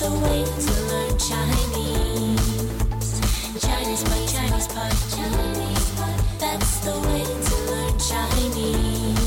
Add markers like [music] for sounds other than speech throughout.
a way to learn Chinese. Chinese pot, Chinese pot, Chinese pot. That's the way to learn Chinese.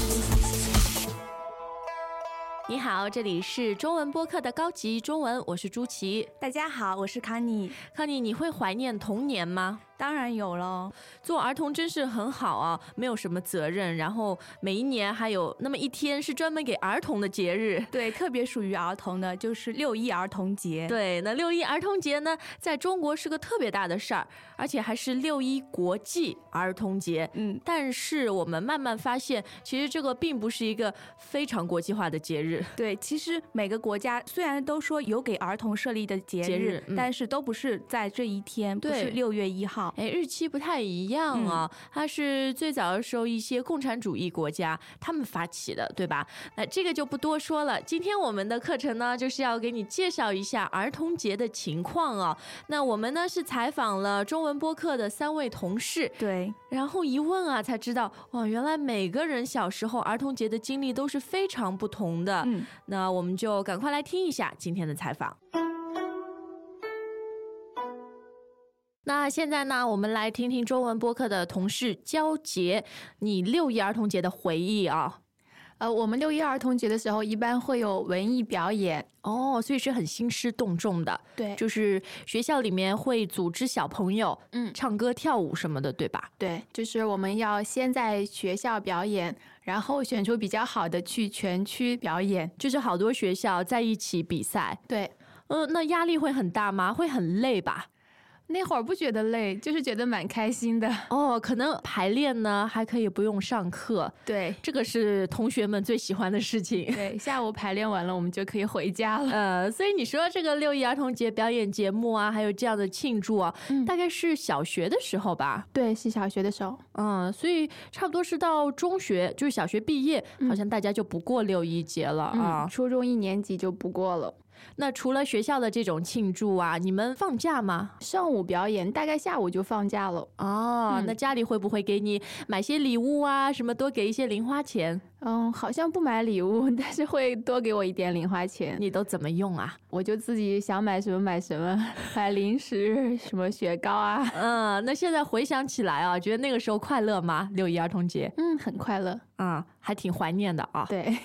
你好，这里是中文播客的高级中文，我是朱琪。大家好，我是康妮。康妮，你会怀念童年吗？当然有喽，做儿童真是很好啊，没有什么责任，然后每一年还有那么一天是专门给儿童的节日。对，特别属于儿童的，就是六一儿童节。对，那六一儿童节呢，在中国是个特别大的事儿，而且还是六一国际儿童节。嗯，但是我们慢慢发现，其实这个并不是一个非常国际化的节日。对，其实每个国家虽然都说有给儿童设立的节日，节日嗯但是都不是在这一天，不对是六月一号。哎，日期不太一样啊、它是最早的时候一些共产主义国家他们发起的，对吧？那这个就不多说了。今天我们的课程呢，就是要给你介绍一下儿童节的情况啊、那我们呢是采访了中文播客的三位同事，对，然后一问啊才知道，哇，原来每个人小时候儿童节的经历都是非常不同呃的。嗯，那我们就赶快来听一下今天的采访。那现在呢，我们来听听中文播客的同事焦杰，你六一儿童节的回忆啊。呃，我们六一儿童节的时候，一般会有文艺表演。哦，所以是很兴师动众的，对就是学校里面会组织小朋友，嗯唱歌跳舞什么的，对吧？对，就是我们要先在学校表演，然后选出比较好的去全区表演。就是好多学校在一起比赛，对，嗯、那压力会很大吗？会很累吧？那会儿不觉得累，就是觉得蛮开心的。哦，可能排练呢还可以不用上课，对这个是同学们最喜欢的事情。 [laughs] 对，下午排练完了，我们就可以回家了。呃，所以你说这个六一儿童节表演节目啊，还有这样的庆祝啊，嗯大概是小学的时候吧。对，是小学的时候。嗯，所以差不多是到中学，就是小学毕业，好像大家就不过六一节了啊嗯，。初中一年级就不过了。那除了学校的这种庆祝啊，你们放假吗？上午表演，大概下午就放假了。哦，嗯那家里会不会给你买些礼物啊？什么多给一些零花钱？嗯，好像不买礼物，但是会多给我一点零花钱。你都怎么用啊？我就自己想买什么买什么，买零食、什么雪糕啊，嗯，那现在回想起来啊，觉得那个时候快乐吗？六一儿童节，嗯，很快乐。嗯，还挺怀念的啊。对，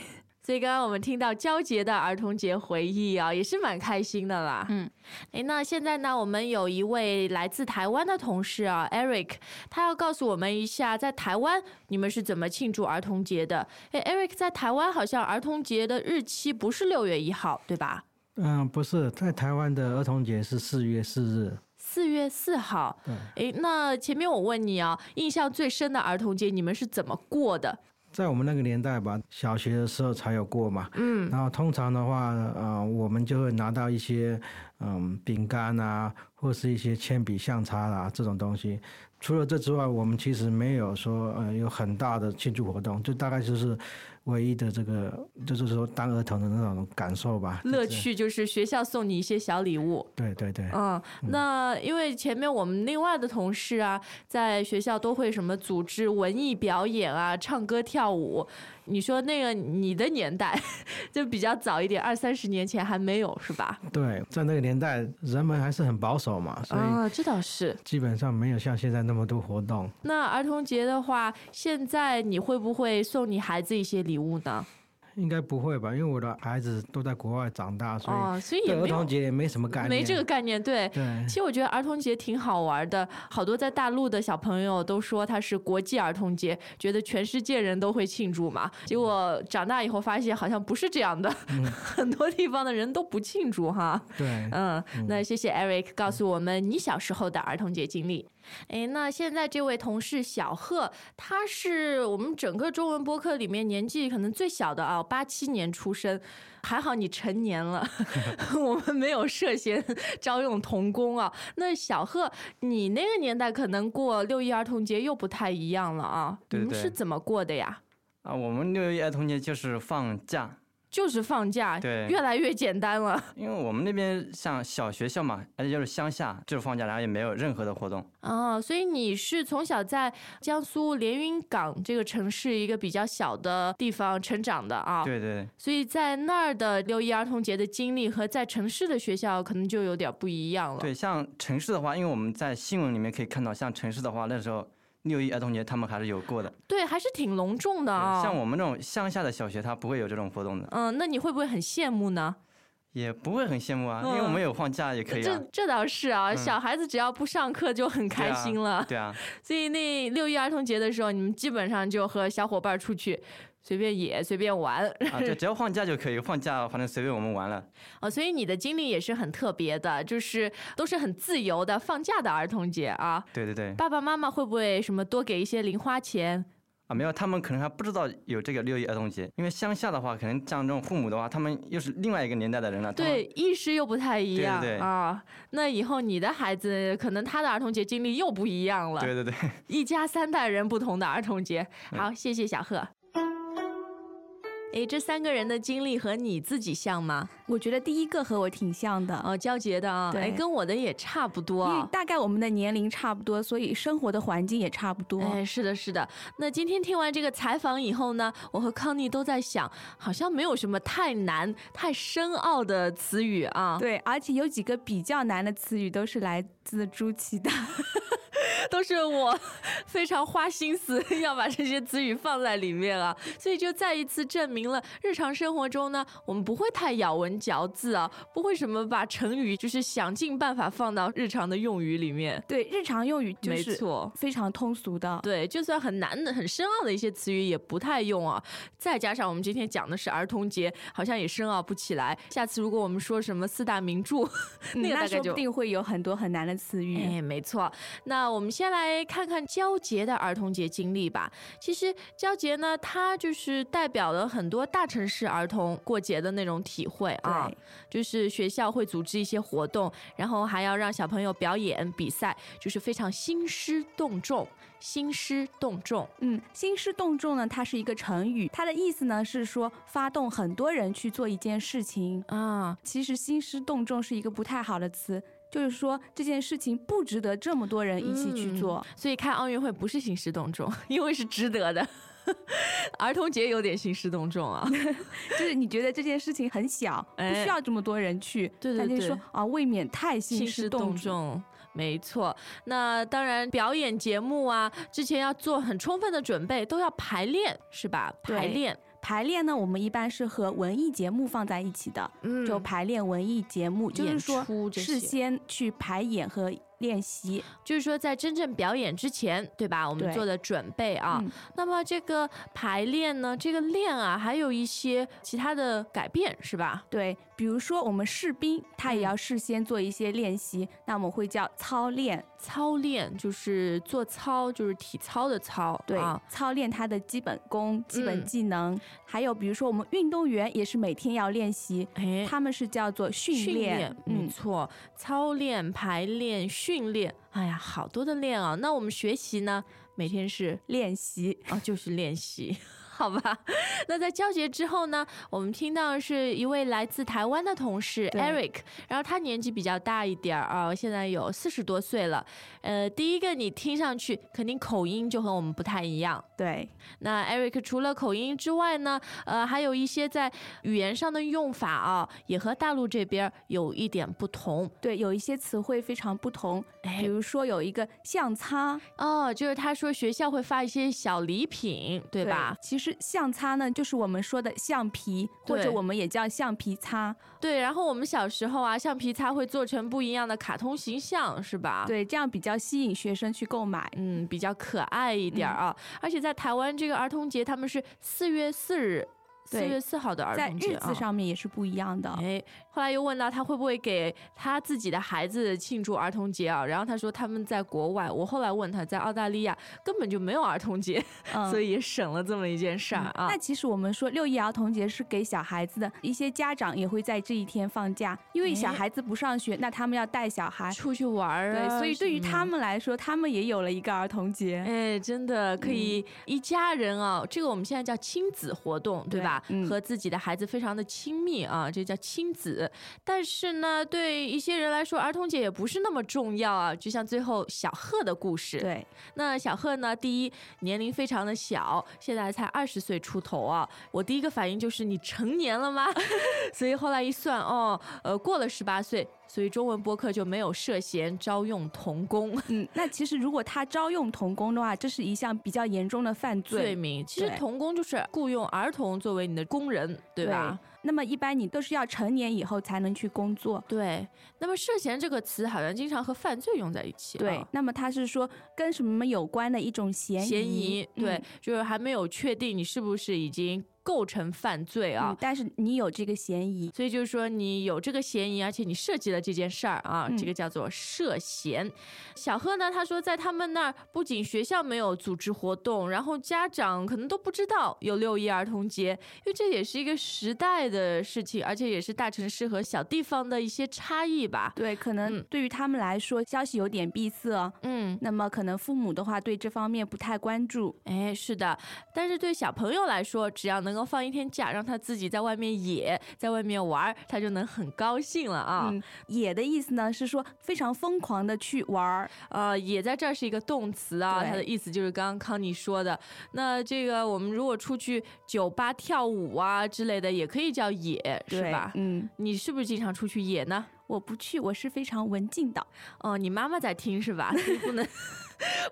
所以刚刚我们听到焦杰的儿童节回忆啊，也是蛮开心的啦。嗯，哎，那现在呢，我们有一位来自台湾的同事啊，Eric，他要告诉我们一下，在台湾你们是怎么庆祝儿童节的？哎，Eric，在台湾好像儿童节的日期不是六月一号，对吧？嗯，不是，在台湾的儿童节是四月四日。四月四号，对，哎，那前面我问你啊，印象最深的儿童节你们是怎么过的？在我们那个年代吧，小学的时候才有过嘛。嗯，然后通常的话，呃，我们就会拿到一些嗯饼干啊，或是一些铅笔、橡擦啦、这种东西。除了这之外，我们其实没有说呃有很大的庆祝活动，就大概就是唯一的这个，就是说当儿童的那种感受吧。就乐是。趣就是学校送你一些小礼物。对对对。嗯，那因为前面我们另外的同事啊，在学校都会什么组织文艺表演啊、唱歌跳舞。你说那个你的年代 [laughs] 就比较早一点，二三十年前还没有是吧？对，在那个年代，人们还是很保守嘛，所以啊，这倒是。基本上没有像现在那么多活动。那儿童节的话，现在你会不会送你孩子一些礼物呢？应该不会吧？因为我的孩子都在国外长大，所以哦，所以也对儿没有童节也没什么概念。没这个概念，对。对其实我觉得儿童节挺好玩的，好多在大陆的小朋友都说它是国际儿童节，觉得全世界人都会庆祝嘛。结果长大以后发现好像不是这样的， [laughs] 很多地方的人都不庆祝哈。对，嗯，那谢谢嗯 Eric 告诉我们你小时候的儿童节经历。哎，那现在这位同事小贺，他是我们整个中文播客里面年纪可能最小的啊，八七年出生。还好你成年 [laughs] 了，我们没有涉嫌 [laughs] 招用童工啊。那小贺，你那个年代可能过六一儿童节又不太一样了啊，对你们对是怎么过的呀？啊，我们六一儿童节就是放假，就是放假，对越来越简单了。因为我们那边像小学校嘛，而且就是乡下，就是放假，然后也没有任何的活动。啊，所以你是从小在江苏连云港这个城市一个比较小的地方成长的啊，对对所以在那儿的六一儿童节的经历和在城市的学校可能就有点不一样了。对，像城市的话，因为我们在新闻里面可以看到，像城市的话，那时候六一儿童节他们还是有过的。对，还是挺隆重的对啊、像我们这种乡下的小学，它不会有这种活动的，嗯，那你会不会很羡慕呢？也不会很羡慕啊，因为我们有放假也可以这啊。这倒是啊，小孩子只要不上课就很开心了。 [laughs] 对啊，所以那六一儿童节的时候，你们基本上就和小伙伴出去随便野、随便玩，啊，对，只要放假就可以，放假反正随便我们玩了。哦，所以你的经历也是很特别的，就是都是很自由的放假的儿童节啊。对对对，爸爸妈妈会不会什么多给一些零花钱？啊，没有，他们可能还不知道有这个六一儿童节，因为乡下的话，可能像这种父母的话，他们又是另外一个年代的人了。他们对，意识又不太一对对样对啊。那以后你的孩子可能他的儿童节经历又不一样了，对嗯对对，一家三代人不同的儿童节。好，谢谢小贺。诶，这三个人的经历和你自己像吗？ [laughs] 我觉得第一个和我挺像的，哦，交结的啊，诶，对跟我的也差不嗯多因啊为。大概我们的年龄差不多，所以生活的环境也差不多。嗯哎，是的，是的。那今天听完这个采访以后呢，我和康妮都在想，好像没有什么太难、太深奥的词语啊，对，而且有几个比较难的词语都是来自朱奇的。 [laughs] 都是我非常花心思要把这些词语放在里面啊，所以就再一次证明了日常生活中呢，我们不会太咬文嚼字啊，不会什么把成语就是想尽办法放到日常的用语里面。对，日常用语就没是错，非常通俗的。对，就算很难的、很深奥的一些词语也不太用啊。再加上我们今天讲的是儿童节，好像也深奥不起来。下次如果我们说什么四大名著， [laughs] 嗯那个大那概说就不。定会有很多很难的词语。哎，没错。那我们先来看看焦杰的儿童节经历吧。其实焦杰呢，他就是代表了很多大城市儿童过节的那种体会啊。对就是学校会组织一些活动，然后还要让小朋友表演比赛，就是非常兴师动众，兴师动众。嗯，兴师动众呢，它是一个成语，它的意思呢是说发动很多人去做一件事情。啊，其实兴师动众是一个不太好的词，就是说这件事情不值得这么多呃人一起嗯去做。所以看奥运会不是兴师动众， [laughs] 因为是值得的。儿童节有点兴师动众 [laughs] 啊，就是你觉得这件事情很小，哎不需要这么多人去，对对但就对是说啊，未免太兴兴师师动众。众。没错，那当然，表演节目啊，之前要做很充分的准备，都要排练，是吧？对排练，排练呢，我们一般是和文艺节目放在一起的，嗯就排练文艺节目，就是演说出这事些先去排演和练习。就是说在真正表演之前，对吧？我们对做的准备啊。嗯那么这个排练呢，这个练啊，还有一些其他的改变，是吧？对，比如说我们士兵，他嗯也要事先做一些练习，那我们会叫操练。操练就是做操，就是体操的操，对，啊，操练他的基本功、基本嗯技能，还有比如说我们运动员也是每天要练习，哎，他们是叫做训训没嗯，错，操练、排练、训练，哎呀，好多的练啊。那我们学习呢，每天是练习。啊，就是练习， [laughs] 好吧？那在交接之后呢，我们听到的是一位来自台湾的同事对 Eric，然后他年纪比较大一点儿啊，现在有四十多岁了。呃，第一个你听上去肯定口音就和我们不太一样。对，那 Eric 除了口音之外呢，呃，还有一些在语言上的用法啊，也和大陆这边儿有一点不同。对，有一些词汇非常不同，哎比如说有一个相擦，哦，就是他说学校会发一些小礼品，对吧？其实相擦呢，就是我们说的橡皮，或者对我们也叫橡皮擦。对，然后我们小时候啊，橡皮擦会做成不一样的卡通形象，是吧？。对，这样比较吸引学生去购买。嗯，比较可爱一点儿嗯啊，而且在台湾这个儿童节，他们是四月四日，四对月四号的儿在童节日啊子。上面也是不一样的。哎，后来又问到他会不会给他自己的孩子庆祝儿童节啊？然后他说他们在国外，我后来问他在澳大利亚根本就没有儿童节，嗯所以也省了这么一件事儿啊。那其实我们说六一儿童节是给小孩子的，一些家长也会在这一天放假，因为小哎孩子不上学，那他们要带小孩，出去玩儿啊，对，所以对于什么他们来说，他们也有了一个儿童节。嗯哎，真的可以一家人啊、这个我们现在叫亲子活动，对吧？化，嗯和自己的孩子非常的亲密啊，这叫亲子。但是呢，对一些人来说，儿童节也不是那么重要啊。就像最后小贺的故事，对，那小贺呢，第一年龄非常的小，现在才二十岁出头啊。我第一个反应就是你成年了吗？ [laughs] 所以后来一算，哦，呃，过了十八岁，所以中文播客就没有涉嫌招用童工嗯，那其实如果他招用童工的话，这是一项比较严重的犯 [laughs] 罪罪。名。其实对童工就是雇佣儿童作为你的工人，对吧？那么一般你都是要成年以后才能去工作。对。那么涉嫌这个词好像经常和犯罪用在一起、啊。对，那么他是说跟什么有关的一种嫌疑？嫌疑对，嗯就是还没有确定你是不是已经构成犯罪啊。嗯但是你有这个嫌疑，所以就是说，你有这个嫌疑，而且你涉及了这件事儿啊，嗯这个叫做涉嫌。小贺呢，他说在他们那儿，不仅学校没有组织活动，然后家长可能都不知道有六一儿童节，因为这也是一个时代的事情，而且也是大城市和小地方的一些差异吧。对，可能嗯对于他们来说，消息有点闭塞。啊嗯，那么可能父母的话对这方面不太关注，哎，是的，但是对小朋友来说，只要能够放一天假，让他自己在外面野，在外面玩儿，他就能很高兴了啊。嗯，野的意思呢是说非常疯狂的去玩儿，呃，也在这儿是一个动词啊，对它的意思就是刚刚康妮说的。那这个我们如果出去酒吧跳舞啊之类的，也可以叫野，是对吧？嗯，你是不是经常出去野呢？我不去，我是非常文静的，哦，你妈妈在听是吧？所以 [laughs] 不能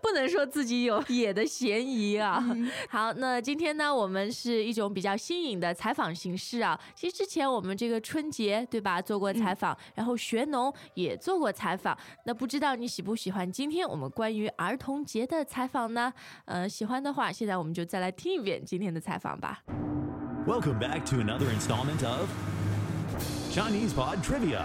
不能说自己有野的嫌疑啊。 [laughs] 好，那今天呢，我们是一种比较新颖的采访形式啊。其实之前我们这个春节对吧做过采访，然后学农也做过采访。那不知道你喜不喜欢今天我们关于儿童节的采访呢？呃，喜欢的话，现在我们就再来听一遍今天的采访吧。 Welcome back to another installment of Chinese Pod Trivia.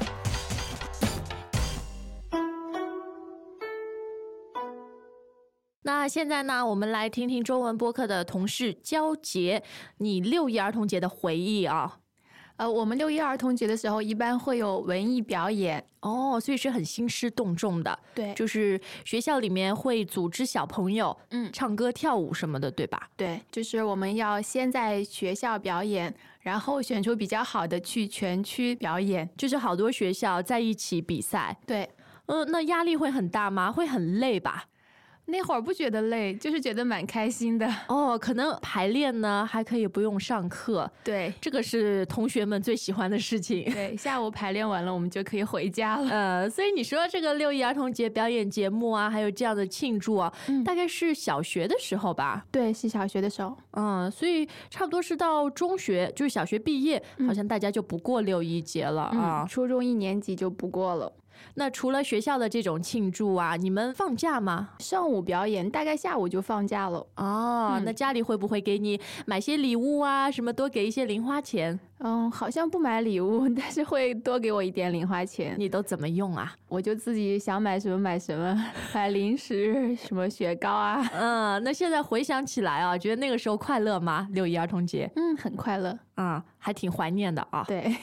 那现在呢，我们来听听中文播客的同事焦杰，你六一儿童节的回忆啊。呃，我们六一儿童节的时候，一般会有文艺表演，哦，所以是很兴师动众的，对就是学校里面会组织小朋友，嗯唱歌跳舞什么的，对吧？对，就是我们要先在学校表演，然后选出比较好的去全区表演。就是好多学校在一起比赛，对，呃，那压力会很大吗？会很累吧？那会儿不觉得累，就是觉得蛮开心的。哦，可能排练呢还可以不用上课，对这个是同学们最喜欢的事情。 [laughs] 对，下午排练完了，我们就可以回家 [laughs] 了。呃，所以你说这个六一儿童节表演节目啊，还有这样的庆祝啊，嗯大概是小学的时候吧。对，是小学的时候。嗯，所以差不多是到中学，就是小学毕业，好像大家就不过六一节了啊嗯，。初中一年级就不过了。那除了学校的这种庆祝啊，你们放假吗？上午表演，大概下午就放假了。哦，嗯那家里会不会给你买些礼物啊？什么多给一些零花钱？嗯，好像不买礼物，但是会多给我一点零花钱。你都怎么用啊？我就自己想买什么买什么，买零食，什么雪糕啊，嗯，那现在回想起来啊，觉得那个时候快乐吗？六一儿童节，嗯，很快乐。嗯，还挺怀念的啊。对，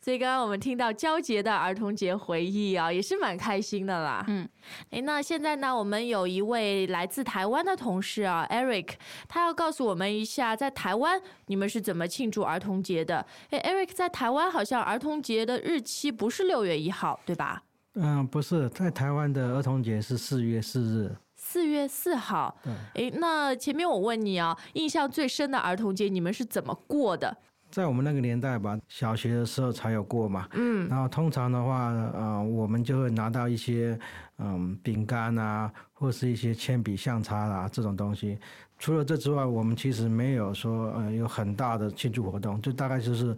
所以刚刚我们听到交杰的儿童节回忆啊，也是蛮开心的啦。嗯，哎，那现在呢，我们有一位来自台湾的同事啊，Eric，他要告诉我们一下，在台湾你们是怎么庆祝儿童节的？哎，Eric，在台湾好像儿童节的日期不是六月一号，对吧？嗯，不是，在台湾的儿童节是四月四日。四月四号。对，哎，那前面我问你啊，印象最深的儿童节你们是怎么过的？在我们那个年代吧，小学的时候才有过嘛。嗯，然后通常的话，呃，我们就会拿到一些嗯饼干啊，或是一些铅笔、橡擦啦、这种东西。除了这之外，我们其实没有说呃有很大的庆祝活动，就大概就是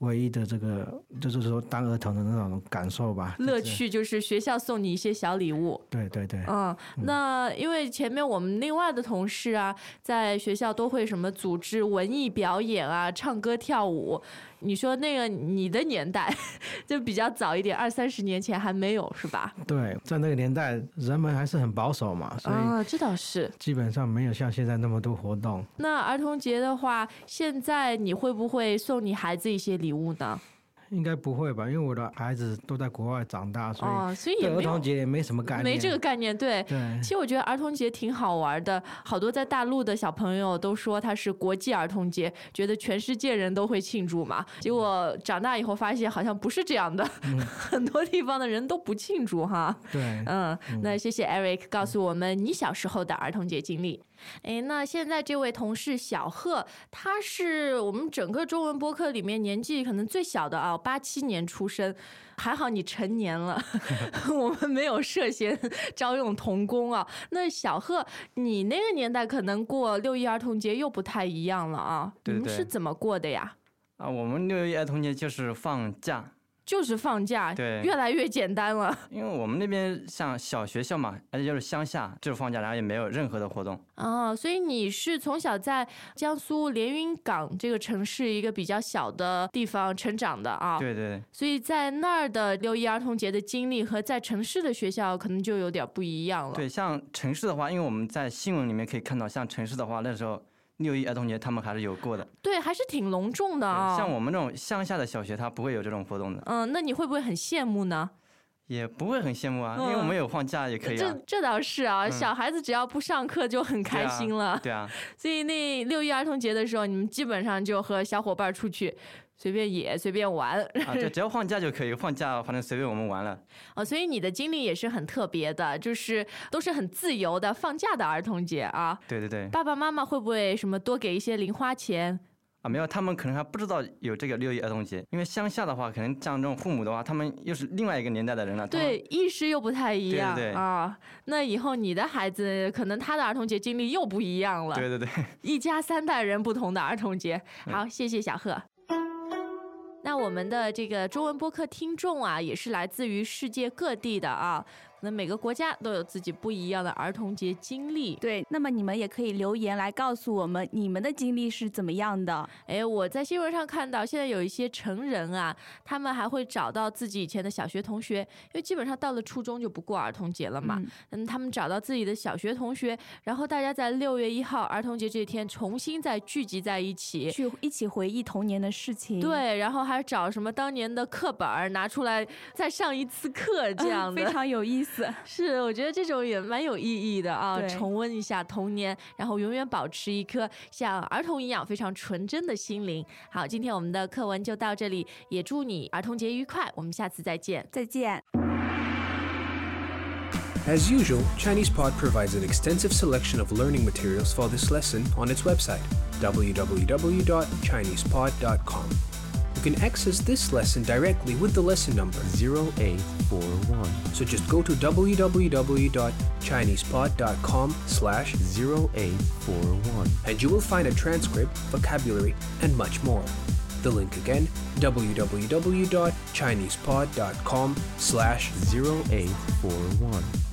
唯一的这个，就是说当儿童的那种感受吧。乐趣就是学校送你一些小礼物。对对对，嗯，那因为前面我们另外的同事啊，在学校都会什么组织文艺表演啊、唱歌跳舞。你说那个你的年代 [laughs] 就比较早一点，二三十年前还没有是吧？对，在那个年代，人们还是很保守嘛，所以啊，这倒是。基本上没有像现在那么多活动。那儿童节的话，现在你会不会送你孩子一些礼物呢？应该不会吧？因为我的孩子都在国外长大，所以哦，所以也对儿没有童节也没什么概念。没这个概念，对。对其实我觉得儿童节挺好玩的，好多在大陆的小朋友都说它是国际儿童节，觉得全世界人都会庆祝嘛。结果长大以后发现好像不是这样的， [laughs] 很多地方的人都不庆祝哈。对，嗯，那谢谢 Eric 告诉我们你小时候的儿童节经历。诶，那现在这位同事小贺，他是我们整个中文播客里面年纪可能最小的啊，八七年出生。还好你成年 [laughs] 了， [laughs] 我们没有涉嫌 [laughs] 招用童工啊。那小贺，你那个年代可能过六一儿童节又不太一样了啊，对你们对是怎么过的呀？啊，我们六一儿童节就是放假，就是放假，对越来越简单了。因为我们那边像小学校嘛，而且就是乡下，就是放假，然后也没有任何的活动。哦，所以你是从小在江苏连云港这个城市一个比较小的地方成长的啊，对对对，所以在那儿的六一儿童节的经历和在城市的学校可能就有点不一样了。对，像城市的话，因为我们在新闻里面可以看到，像城市的话，那时候六一儿童节他们还是有过的。对，还是挺隆重的对啊、像我们这种乡下的小学，它不会有这种活动的，嗯，那你会不会很羡慕呢？也不会很羡慕啊，因嗯为我们有放假也可以这啊。这倒是啊，小孩子只要不上课就很开心了。对啊，所以那六一儿童节的时候，你们基本上就和小伙伴出去随便野、随便玩， [laughs] [laughs] 啊，对，只要放假就可以，放假反正随便我们玩了。哦，所以你的经历也是很特别的，就是都是很自由的放假的儿童节啊。对对对，爸爸妈妈会不会什么多给一些零花钱？啊，没有，他们可能还不知道有这个六一儿童节，因为乡下的话，可能像这种父母的话，他们又是另外一个年代的人了。他们对，，意识又不太一嗯对对样对啊。那以后你的孩子可能他的儿童节经历又不一样了，对嗯对对。一家三代人不同的儿童节。好，谢谢小贺。那我们的这个中文播客听众啊，也是来自于世界各地的啊，可能每个国家都有自己不一样的儿童节经历。对，那么你们也可以留言来告诉我们你们的经历是怎么样的。哎，我在新闻上看到，现在有一些成人啊，他们还会找到自己以前的小学同学，因为基本上到了初中就不过儿童节了嘛。嗯，他们找到自己的小学同学，然后大家在六月一号儿童节这一天重新再聚集在一起。去一起回忆童年的事情，对，然后还找什么当年的课本儿拿出来再上一次课，嗯，这样 [laughs] 非的、 [laughs] 常有意思。是，我觉得这种也蛮有意义的啊，对重温一下童年，然后永远保持一颗像儿童一样非常纯真的心灵。好，今天我们的课文就到这里，也祝你儿童节愉快，我们下次再见。再见。 As usual, ChinesePod provides an extensive selection of learning materials for this lesson on its website, www.chinesepod.com. You can access this lesson directly with the lesson number, 0841 so just go to www.chinesepod.com slash 0841 and you will find a transcript, vocabulary, and much more. The link again, www.chinesepod.com slash 0841